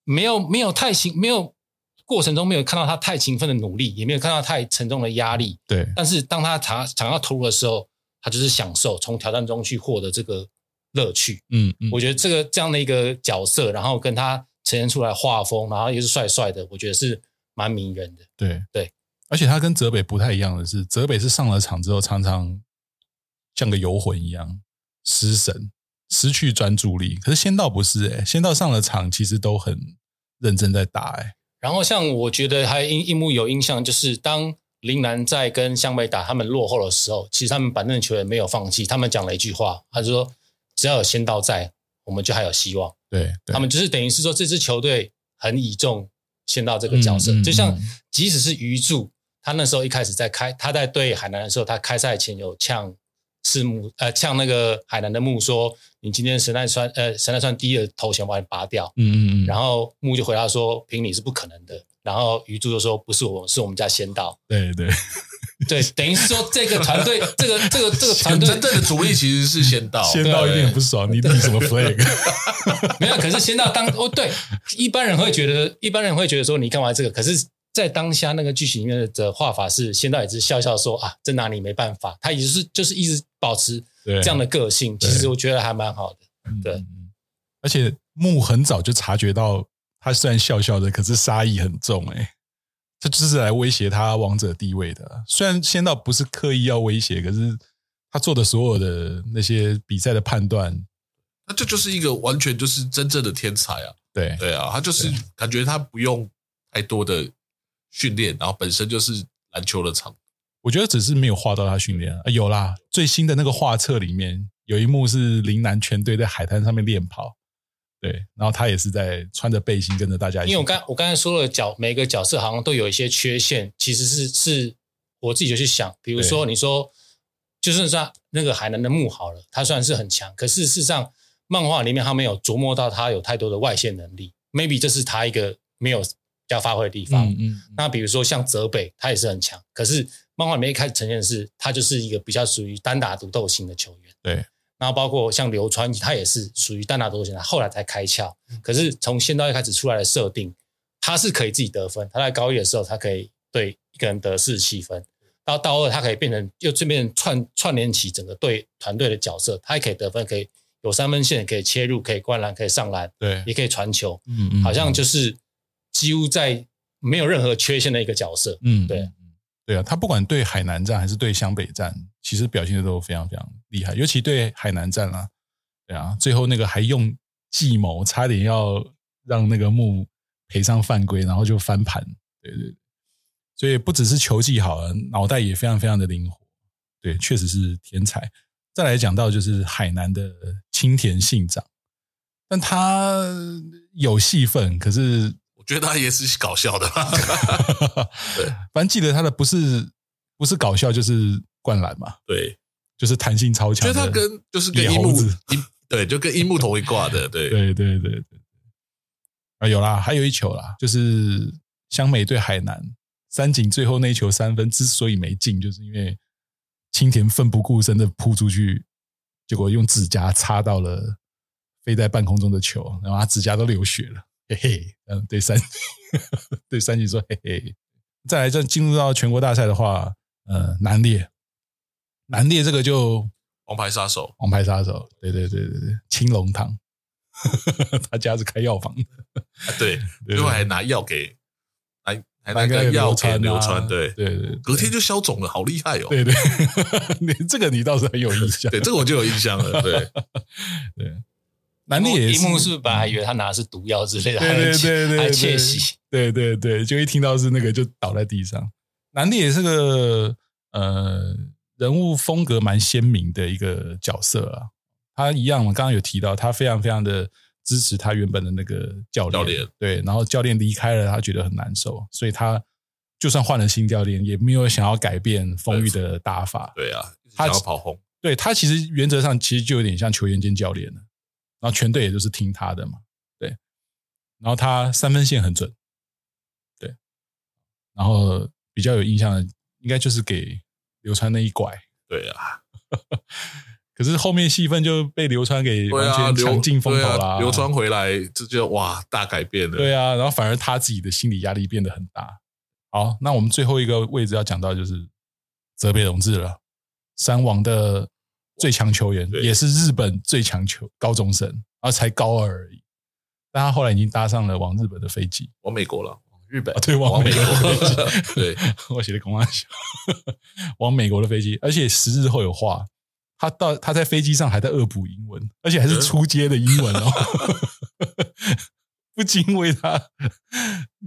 S3: 没有没有太勤，没有过程中没有看到他太勤奋的努力，也没有看到太沉重的压力。
S1: 对
S3: 但是当他想想要投入的时候，他就是享受从挑战中去获得这个乐趣。
S1: 嗯嗯，
S3: 我觉得这个这样的一个角色，然后跟他呈现出来的画风，然后又是帅帅的，我觉得是蛮迷人的。
S1: 对
S3: 对，
S1: 而且他跟泽北不太一样的是，泽北是上了场之后常常像个游魂一样失神，失去专注力。可是仙道不是诶、欸，仙道上了场其实都很认真在打欸诶、
S3: 然后像我觉得还一一幕有印象，就是当林南在跟湘北打他们落后的时候，其实他们板凳球员没有放弃，他们讲了一句话，他就说只要有仙道在，我们就还有希望。
S1: 对，对
S3: 他们就是等于是说这支球队很倚重仙道这个角色，
S1: 嗯嗯
S3: 就像
S1: 嗯
S3: 即使是鱼柱，他那时候一开始在开他在对海南的时候，他开赛前有呛赤木呃呛那个海南的木说，你今天神奈川呃神奈川第一的头衔我把你拔掉，
S1: 嗯嗯嗯，
S3: 然后木就回答说：“凭你是不可能的。”然后鱼柱就说：“不是我，是我们家仙道。
S1: 对对”
S3: 对，等于是说这个团队，这个这个这个
S4: (laughs)
S3: 团
S4: 真
S3: 队
S4: 正的主力其实是仙 (laughs)
S3: 哦
S4: 道，
S1: 仙道一定很不爽，你立什
S3: (laughs)
S1: 么 flag？
S3: 没有。可是仙道当哦，对，一般人会觉得，一般人会觉得说你干嘛这个？可是，在当下那个剧情里面的画法是仙道也是笑笑说：“啊，真拿你没办法。”他也就是就是一直保持
S1: 对，
S3: 这样的个性，其
S1: 对
S3: 实我觉得还蛮好的。
S1: 嗯
S3: 对
S1: 嗯嗯而且木很早就察觉到他虽然笑笑的，可是杀意很重诶、欸。这就是来威胁他王者地位的。啊虽然仙道不是刻意要威胁，可是他做的所有的那些比赛的判断，
S4: 那这就是一个完全就是真正的天才啊！
S1: 对
S4: 对啊，他就是感觉他不用太多的训练，然后本身就是篮球的场，
S1: 我觉得只是没有画到他训练啊。有啦，最新的那个画册里面有一幕是林南全队在海滩上面练跑，对，然后他也是在穿着背心跟着大家一起跑。
S3: 因为我刚我刚才说了角每个角色好像都有一些缺陷，其实是是我自己就去想，比如说你说，就是像那个海南的木好了，他虽然是很强，可是事实上漫画里面他没有琢磨到他有太多的外线能力，maybe 这是他一个没有要发挥的地方。
S1: 嗯嗯嗯
S3: 那比如说像泽北，他也是很强，可是漫画里面一开始呈现的是他就是一个比较属于单打独斗型的球员。
S1: 对。
S3: 然后包括像流川，他也是属于单打独斗型的，后来才开窍。可是从仙道一开始出来的设定，他是可以自己得分。他在高一的时候，他可以对一个人得四十七分；然后到二他可以变成又这边串串联起整个队团队的角色，他也可以得分，可以有三分线，可以切入，可以灌篮，可以上篮，
S1: 对，
S3: 也可以传球，
S1: 嗯嗯
S3: 好像就是几乎在没有任何缺陷的一个角色。
S1: 嗯，
S3: 对
S1: 嗯对啊，他不管对海南站还是对湘北站，其实表现的都非常非常厉害，尤其对海南站啦、对啊，最后那个还用计谋，差点要让那个木赔上犯规，然后就翻盘，对对对，所以不只是球技好了，脑袋也非常非常的灵活，对，确实是天才。再来讲到就是海南的青田信长，但他有戏份，可是
S4: 我觉得他也是搞笑 (laughs) 的，
S1: (laughs) 反正记得他的不是不是搞笑就是灌篮嘛，
S4: 对，
S1: 就是弹性超
S4: 觉
S1: 强
S4: 得
S1: 的。
S4: 他跟就是跟
S1: 野
S4: 樱
S1: 猴
S4: 木
S1: 子
S4: 樱对，就跟樱木同一挂的，对，
S1: 对对对对对啊有啦，还有一球啦，就是湘美对海南，三井最后那一球三分之所以没进，就是因为青田奋不顾身的扑出去，结果用指甲擦到了飞在半空中的球，然后他指甲都流血了，嘿嘿，嗯，对三 (laughs) 对三井说嘿嘿。再来，这进入到全国大赛的话，呃，南烈，南烈这个就
S4: 王牌杀手，
S1: 王牌杀手，对对对对对，青龙堂， (laughs) 他家是开药房的，
S4: 啊对，
S1: 对
S4: 最后还拿药给还还拿
S1: 大概
S4: 个药给
S1: 川
S4: 流
S1: 流啊
S4: 川，啊对，
S1: 对对
S4: 隔天就消肿了，好厉害哦，
S1: 对 (laughs) 对，你这个你倒是很有印象，
S4: 对，这个我就有印象了， (laughs) 对，
S1: 南烈啊也
S3: 樱
S1: 是，
S3: 木是不是本来以为他拿的是毒药之类的，
S1: 对对对对，
S3: 还
S1: 对
S3: 窃喜，，
S1: 对对对，就一听到是那个就倒在地上。南烈也是个呃人物风格蛮鲜明的一个角色啊，他一样，我刚刚有提到，他非常非常的支持他原本的那个教练，
S4: 教练
S1: 对，然后教练离开了，他觉得很难受，所以他就算换了新教练，也没有想要改变丰裕的打法，
S4: 对啊，一直
S1: 他
S4: 想要跑轰，
S1: 对他其实原则上其实就有点像球员兼教练了，然后全队也都是听他的嘛，对。然后他三分线很准，对。然后比较有印象的应该就是给流川那一拐，
S4: 对啊，
S1: 可是后面戏份就被流川给
S4: 对
S1: 完
S4: 啊，
S1: 全
S4: 流
S1: 抢尽风头
S4: 对
S1: 啦、
S4: 啊流川回来这就哇大改变了，
S1: 对啊，然后反而他自己的心理压力变得很大。好，那我们最后一个位置要讲到就是泽北荣治了，山王的最强球员，
S4: 对
S1: 也是日本最强球高中生，然后才高二而已。但他后来已经搭上了往日本的飞机，
S4: 往美国了，往日本
S1: 啊，对，往
S4: 往
S1: 美
S4: 美
S1: 国的 (laughs)
S4: 国
S1: 飞机，，
S4: 对，
S1: 我写的公安笑，往美国的飞机，而且十日后有话，他到他在飞机上还在恶补英文，而且还
S4: 嗯
S1: 是出街的英文哦， (laughs) 不禁为他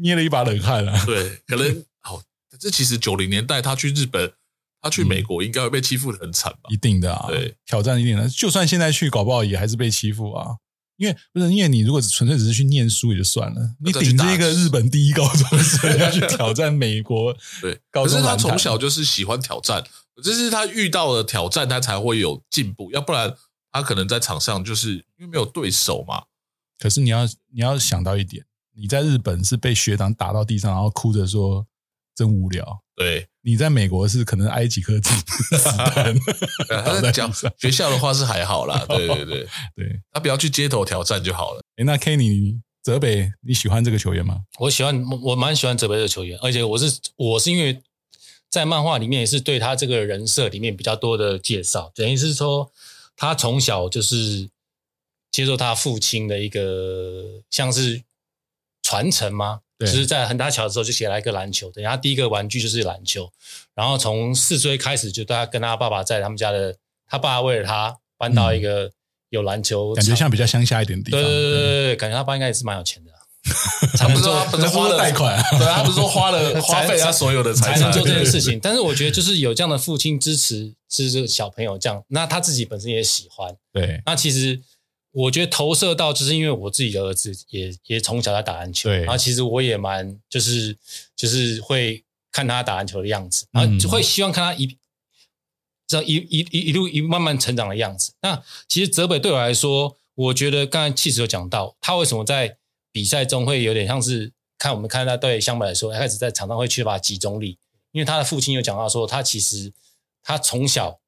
S1: 捏了一把冷汗啊。
S4: 对，可能哦，这其实九零年代他去日本，他去美国应该会被欺负的很惨吧？
S1: 一定的啊，
S4: 对，
S1: 挑战一定的。就算现在去，搞不好也还是被欺负啊。因为不是因为你如果纯粹只是去念书也就算了，你
S4: 那再去
S1: 顶着一
S4: 打
S1: 个日本第一高中生 (laughs) 要去挑战美国，
S4: 对，
S1: 高
S4: 可
S1: 中
S4: 是他
S1: 篮坛
S4: 从小就是喜欢挑战，这是他遇到了挑战，他才会有进步，要不然他可能在场上就是因为没有对手嘛，
S1: 可是你要你要想到一点，你在日本是被学长打到地上，然后哭着说真无聊。
S4: 对，
S1: 你在美国是可能挨几颗子子弹，
S3: 啊
S1: 嗯 (laughs)
S4: 他在讲学校的话是还好啦，对对对，
S1: 对。
S4: 他不要去街头挑战就好了，
S1: 诶那 Kenny 泽北，你喜欢这个球员吗？
S3: 我喜欢，我蛮喜欢泽北的球员，而且我是我是因为在漫画里面也是对他这个人设里面比较多的介绍，等于是说他从小就是接受他父亲的一个像是传承吗？
S1: 对
S3: 就是在很大小的时候就写了一个篮球，等于他第一个玩具就是篮球，然后从四岁开始就他跟他爸爸在他们家的，他爸为了他搬到一个有篮球场，
S1: 感觉像比较乡下一点的地方，
S3: 对对对对对，感觉他爸应该也是蛮有钱的啊。
S4: (laughs)
S3: 才
S4: 他
S3: 能
S4: 不是
S3: 做
S4: 说他不是
S1: 那是不
S4: 花
S1: 是
S4: 了
S1: 贷款啊
S4: 对，他不是说花了
S3: (laughs) 才
S4: 花费啊他所有的财
S3: 才
S4: 产
S3: 能做这件事
S4: 情，
S3: 情。但是我觉得就是有这样的父亲支持，支持小朋友这样，那他自己本身也喜欢。
S1: (laughs) 对
S3: 那其实我觉得投射到，就是因为我自己的儿子也也从小在打篮球，
S1: 对
S3: 然后其实我也蛮就是就是会看他打篮球的样子，
S1: 嗯
S3: 然后就会希望看他一这样一一一一路一慢慢成长的样子。那其实泽北对我来说，我觉得刚才气质有讲到，他为什么在比赛中会有点像是看我们看他对湘北来说，他开始在场上会缺乏集中力，因为他的父亲有讲到说，他其实他从小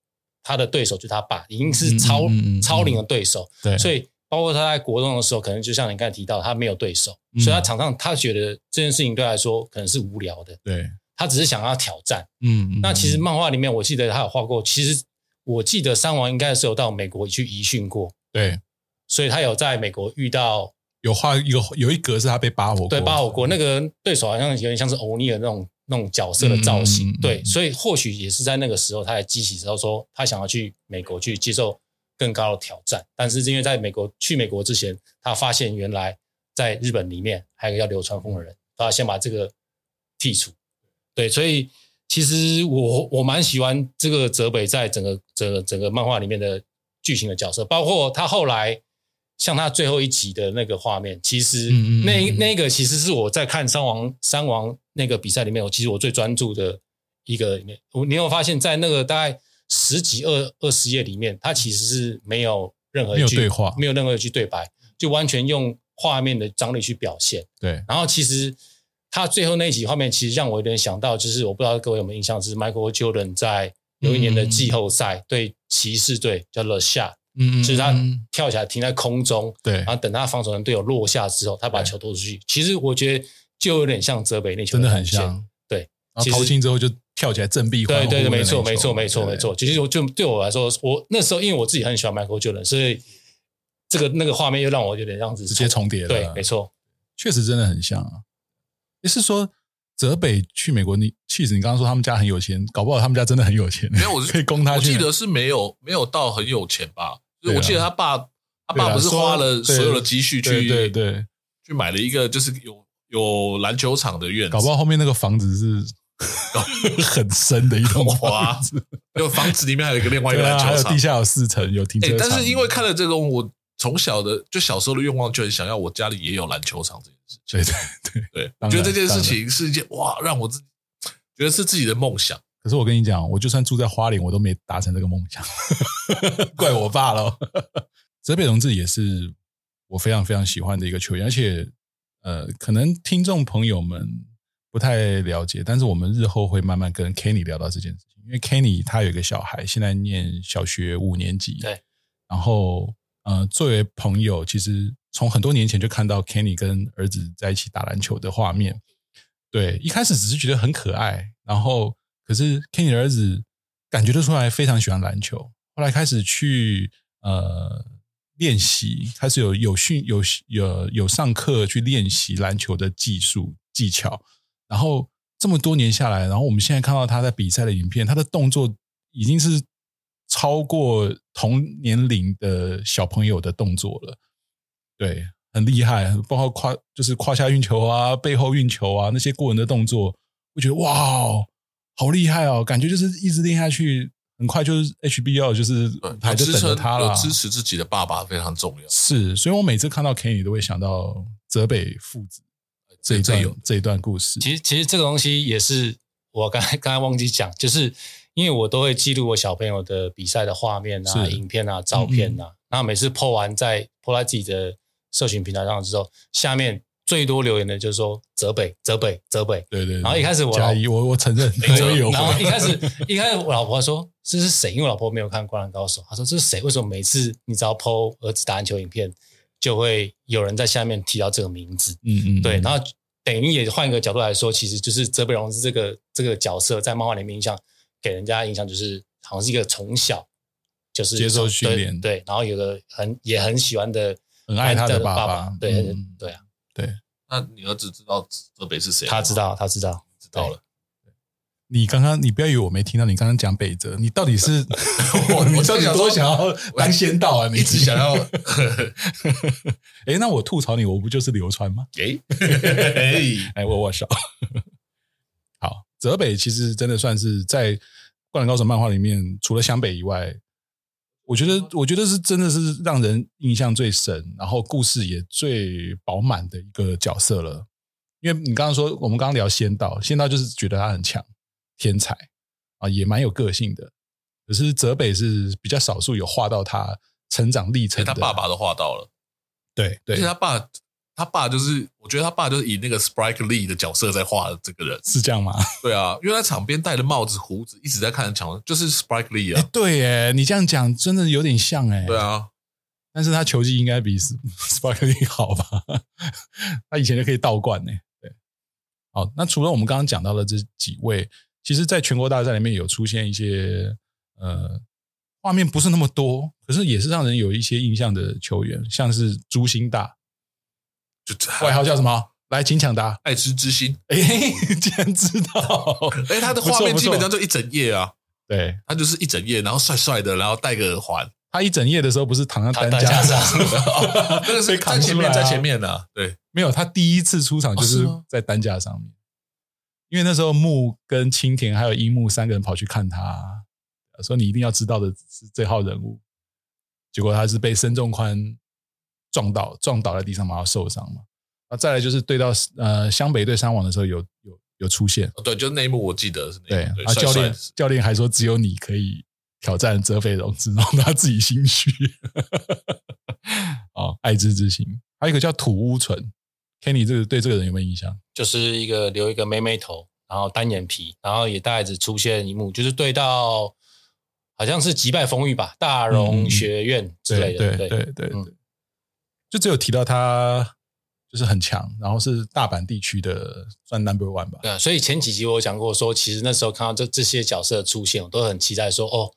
S3: 他的对手就是他爸，已经是超、
S1: 嗯嗯嗯嗯
S3: 超龄的对手，
S1: 对，
S3: 所
S1: 以
S3: 以包括他在国中的时候，可能就像你刚才提到，他没有对手，
S1: 嗯
S3: 所以他场上他觉得这件事情对他来说可能是无聊的，
S1: 对
S3: 他只是想要挑战。
S1: 嗯，嗯
S3: 那其实漫画里面，我记得他有画过，其实我记得三王应该是有到美国去移训过，
S1: 对，
S3: 所以他有在美国遇到
S1: 有画一个有一格是他被扒火锅，
S3: 对巴火国那个对手，好像有点像是欧尼尔那种那种角色的造型。
S1: 嗯嗯嗯
S3: 对，所以或许也是在那个时候，他才激起到说他想要去美国去接受更高的挑战。但是因为在美国去美国之前，他发现原来在日本里面还有一个叫流川枫的人，他先把这个剔除。对，所以其实我我蛮喜欢这个泽北在整个整个整个漫画里面的剧情的角色，包括他后来像他最后一集的那个画面，其实
S1: 嗯嗯嗯
S3: 那
S1: 嗯
S3: 那个其实是我在看三王三王那个比赛里面，我其实我最专注的一个里面，我你有没有发现，在那个大概十几二二十页里面，他其实是没有任何一
S1: 没有
S3: 句
S1: 对话
S3: 没有任何一句对白，就完全用画面的张力去表现。
S1: 对，
S3: 然后其实他最后那一集画面，其实让我有点想到，就是我不知道各位有没有印象，是 Michael Jordan 在有一年的季后赛对骑士队叫 The Shot，
S1: 嗯，
S3: 就是他啊
S1: 嗯
S3: 跳起来停在空中，
S1: 对
S3: 然，后等他防守人队友落下之后，他把球投出去。其实我觉得就有点像泽北那球，
S1: 真的很。像，
S3: 对，
S1: 然
S3: 其
S1: 后
S3: 实
S1: 投进之后就跳起来振臂欢
S3: 对
S1: 呼，
S3: 对对，没错没错没错没，错。其实我就对我来说，我那时候因为我自己很喜欢 Michael Jordan，所以这个那个画面又让我有点这样子
S1: 直接重叠了，啊
S3: 对，没错。
S1: 确实真的很像啊。也是说，泽北去美国，你妻子，你刚刚说他们家很有钱，搞不好他们家真的很有钱，
S4: 没有，我
S1: 可以
S4: 是
S1: 供他
S4: 我
S1: 去
S4: 记
S1: 美国。
S4: 得是没有没有到很有钱吧？
S1: 对啊
S4: 我记得他爸他
S1: 对
S4: 爸
S1: 啊
S4: 不是
S1: 说
S4: 花了所有的积蓄
S1: 对
S4: 去
S1: 对对，
S4: 去买了一个就是有有篮球场的院子，
S1: 搞不好后面那个房子
S4: (laughs)
S1: 是很深的一栋
S4: 哇
S1: 房子，
S4: 有房子里面还有一个另外一个
S1: 对啊，
S4: 篮
S1: 还
S4: 球
S1: 有
S4: 场
S1: 地。下有四层，有停
S4: 哎、
S1: 车场。
S4: 但是因为看了这个，我从小的就小时候的愿望就很想要我家里也有篮球场这件事。
S1: 对对对，
S4: 对，我
S1: 当然
S4: 觉得这件事情是一件哇，让我自己觉得是自己的梦想。
S1: 可是我跟你讲，我就算住在花莲，我都没达成这个梦想，怪我爸喽。 (laughs) 泽北同志也是我非常非常喜欢的一个球员，而且呃，可能听众朋友们不太了解，但是我们日后会慢慢跟 Kenny 聊到这件事情，因为 Kenny 他有一个小孩，现在念小学五年级，
S3: 对，
S1: 然后呃，作为朋友，其实从很多年前就看到 Kenny 跟儿子在一起打篮球的画面，对，一开始只是觉得很可爱，然后可是 Kenny 的儿子感觉得出来非常喜欢篮球，后来开始去呃练习，开始有有训有有有上课去练习篮球的技术技巧，然后这么多年下来，然后我们现在看到他在比赛的影片，他的动作已经是超过同年龄的小朋友的动作了，对，很厉害，包括胯就是胯下运球啊、背后运球啊那些过人的动作，我觉得哇哦，好厉害哦，感觉就是一直练下去，很快就是 HBO 就是
S4: 对，
S1: 还在
S4: 支
S1: 等
S4: 撑
S1: 着嗯他
S4: 有
S1: 了，
S4: 呃支持自己的爸爸非常重要。
S1: 是，所以我每次看到 Kenny 都会想到泽北父子这一
S4: 这
S1: 段
S4: 有
S1: 这一段故事。
S3: 其实其实这个东西也是我刚才 (laughs) 刚才忘记讲，就是因为我都会记录我小朋友的比赛的画面啊、
S1: 是嗯
S3: 影片啊、照片啊，然后每次 po 完在 po 在自己的社群平台上之后，下面最多留言的就是说泽北、泽北、泽北。
S1: 对对对，
S3: 然后一开始我
S1: 加
S3: 老
S1: 一，我我承认，
S4: 没错
S1: 我也有
S3: 然后一
S1: 回，
S3: 开始 (laughs) 一开始我老婆说这是谁？因为我老婆没有看《灌篮高手》，她说这是谁？为什么每次你只要 po 儿子打篮球影片，就会有人在下面提到这个名字？
S1: 嗯嗯，
S3: 对，
S1: 嗯
S3: 然后等于也换一个角度来说，其实就是泽北荣之这个这个角色在漫画里面印象给人家印象就是好像是一个从小就是
S1: 接受
S3: 从
S1: 训
S3: 对
S1: 练
S3: 对然后有个很也很喜欢的
S1: 很爱他的
S3: 爸
S1: 爸爸
S3: 对、
S1: 嗯
S3: 对啊，
S4: 那你儿子知道泽北是谁吗？
S3: 他知道他知道
S4: 知道了。
S1: 你刚刚你不要以为我没听到，你刚刚讲北泽，你到底是你
S4: 我
S1: 到
S4: 在
S1: 底
S4: 想
S1: 多
S4: 说
S1: 想要当先到啊？你
S4: 一直
S1: (laughs)
S4: 想要，
S1: 哎，那我吐槽你，我不就是流川吗？
S4: 哎， (laughs) 哎
S1: 哎，握握手。好，泽北其实真的算是在《灌篮高手》漫画里面，除了湘北以外，我觉得我觉得是真的是让人印象最深，然后故事也最饱满的一个角色了。因为你刚刚说，我们刚刚聊仙道，仙道就是觉得他很强，天才啊，也蛮有个性的。可是泽北是比较少数有画到他成长历程的，
S4: 他爸爸都画到了，
S1: 对
S4: 而
S1: 对啊
S4: 且，他爸，他爸就是，我觉得他爸就是以那个 Spike Lee 的角色在画的这个人。
S1: 是这样吗？
S4: 对啊，因为他场边戴着帽子、胡子，一直在看着墙，就是 Spike Lee
S1: 哎
S4: 啊。，
S1: 对耶，你这样讲真的有点像哎。
S4: 对啊，
S1: 但是他球技应 (laughs) 该比 Sparkling 好吧？他以前就可以倒灌呢、对，好，那除了我们刚刚讲到的这几位，其实在全国大赛里面有出现一些呃画面不是那么多，可是也是让人有一些印象的球员，像是朱星大，
S4: 就
S1: 外号叫什么？来，请抢答。 (laughs)
S4: 爱之之心。
S1: 哎，竟然知
S4: (laughs)
S1: 道！
S4: 哎，他的
S1: 不错
S4: 画面
S1: 不错
S4: 基本上就一整页啊，
S1: 对
S4: 他就是一整页，然后帅帅的，然后戴个耳环，
S1: 他一整夜的时候不是躺在
S3: 他
S1: 担
S3: 单
S1: 架
S3: 架
S1: (laughs)
S3: 上，
S4: 那个
S1: 被
S4: 是
S1: 扛
S4: 在前
S1: 出来
S4: 面，
S1: 啊
S4: 在前面呢、啊，对，
S1: 没有，他第一次出场就
S4: 哦
S1: 是
S4: 是吗
S1: 在担架上面，因为那时候木跟青田还有樱木三个人跑去看他，啊说你一定要知道的是这号人物。结果他是被深重宽撞到，撞倒在地上嘛，然后受伤嘛。啊，再来就是对到呃湘北对山王的时候有有有出现，
S4: 哦对，就是那一幕我记得是那
S1: 对
S4: 一幕，对，
S1: 啊，
S4: 帅
S1: 教
S4: 帅
S1: 练
S4: 的
S1: 教练还说只有你可以挑战泽北荣治，然后他自己心虚。 (laughs) 哦，爱之之心，还有一个叫土屋纯，Kenny 这个对这个人有没有印象？
S3: 就是一个留一个妹妹头，然后单眼皮，然后也大概只出现一幕，就是对到好像是击败风雨吧，大
S1: 嗯嗯
S3: 荣
S1: 嗯
S3: 学院之类的，
S1: 对对对，
S3: 嗯
S1: 对就只有提到他就是很强，然后是大阪地区的算 number one 吧。
S3: 对啊，所以前几集我有讲过说，其实那时候看到这这些角色的出现，我都很期待说，哦，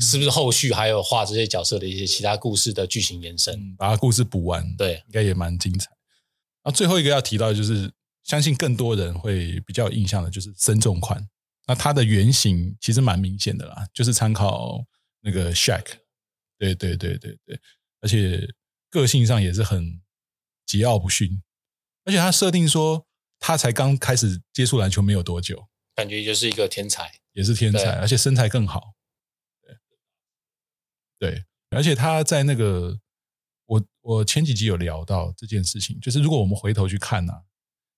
S3: 是不是后续还有画这些角色的一些其他故事的剧情延伸？
S1: 嗯，把他故事补完，
S3: 对，
S1: 应该也蛮精彩。然后最后一个要提到的就是，相信更多人会比较有印象的，就是深重宽。那它的原型其实蛮明显的啦，就是参考那个 Shaq。对对对对对，而且个性上也是很桀骜不驯，而且他设定说他才刚开始接触篮球没有多久，
S3: 感觉就是一个天才，
S1: 也是天才
S3: 对，
S1: 而且身材更好。对，对，而且他在那个我我前几集有聊到这件事情，就是如果我们回头去看啊，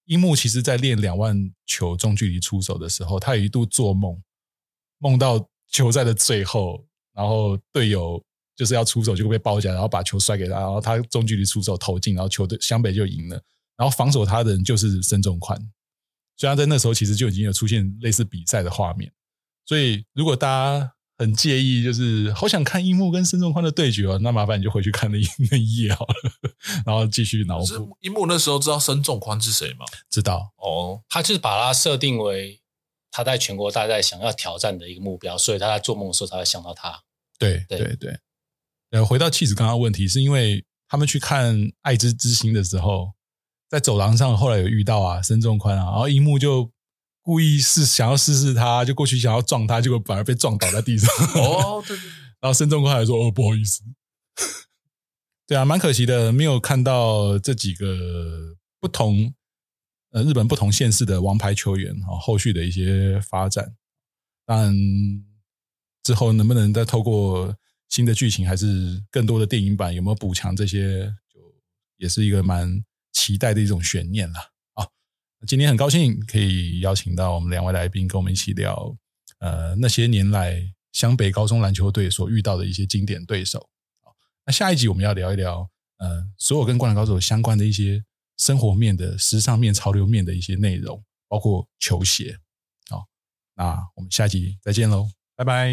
S1: 樱木其实在练两万球中距离出手的时候，他有一度做梦，梦到球赛的最后，然后队友。就是要出手就被包夹，然后把球摔给他，然后他中距离出手投进，然后球队湘北就赢了。然后防守他的人就是深重宽，所以他在那时候其实就已经有出现类似比赛的画面。所以如果大家很介意，就是好想看樱木跟申仲宽的对决哦，那麻烦你就回去看那一 (laughs) 那一页好了，然后继续脑
S4: 可是
S1: 补。
S4: 樱木那时候知道深重宽是谁吗？
S1: 知道，
S4: 哦，
S3: 他就是把它设定为他在全国大赛想要挑战的一个目标，所以他在做梦的时候才会想到他。
S1: 对
S3: 对
S1: 对对。呃，回到妻子刚刚的问题，是因为他们去看《爱之之心》的时候，在走廊上后来有遇到啊，申仲宽啊，然后樱木就故意是想要试试他，就过去想要撞他，结果反而被撞倒在地上。
S4: 哦，对对对
S1: (laughs) 然后申仲宽还说：“哦，不好意思。”对啊，蛮可惜的，没有看到这几个不同呃日本不同县市的王牌球员啊、哦、后续的一些发展。当然，之后能不能再透过新的剧情，还是更多的电影版有没有补强这些，就也是一个蛮期待的一种悬念啦。啊，今天很高兴可以邀请到我们两位来宾跟我们一起聊呃那些年来湘北高中篮球队所遇到的一些经典对手。好那下一集我们要聊一聊呃所有跟灌篮高手相关的一些生活面的、时尚面、潮流面的一些内容，包括球鞋。好，那我们下集再见喽，拜拜。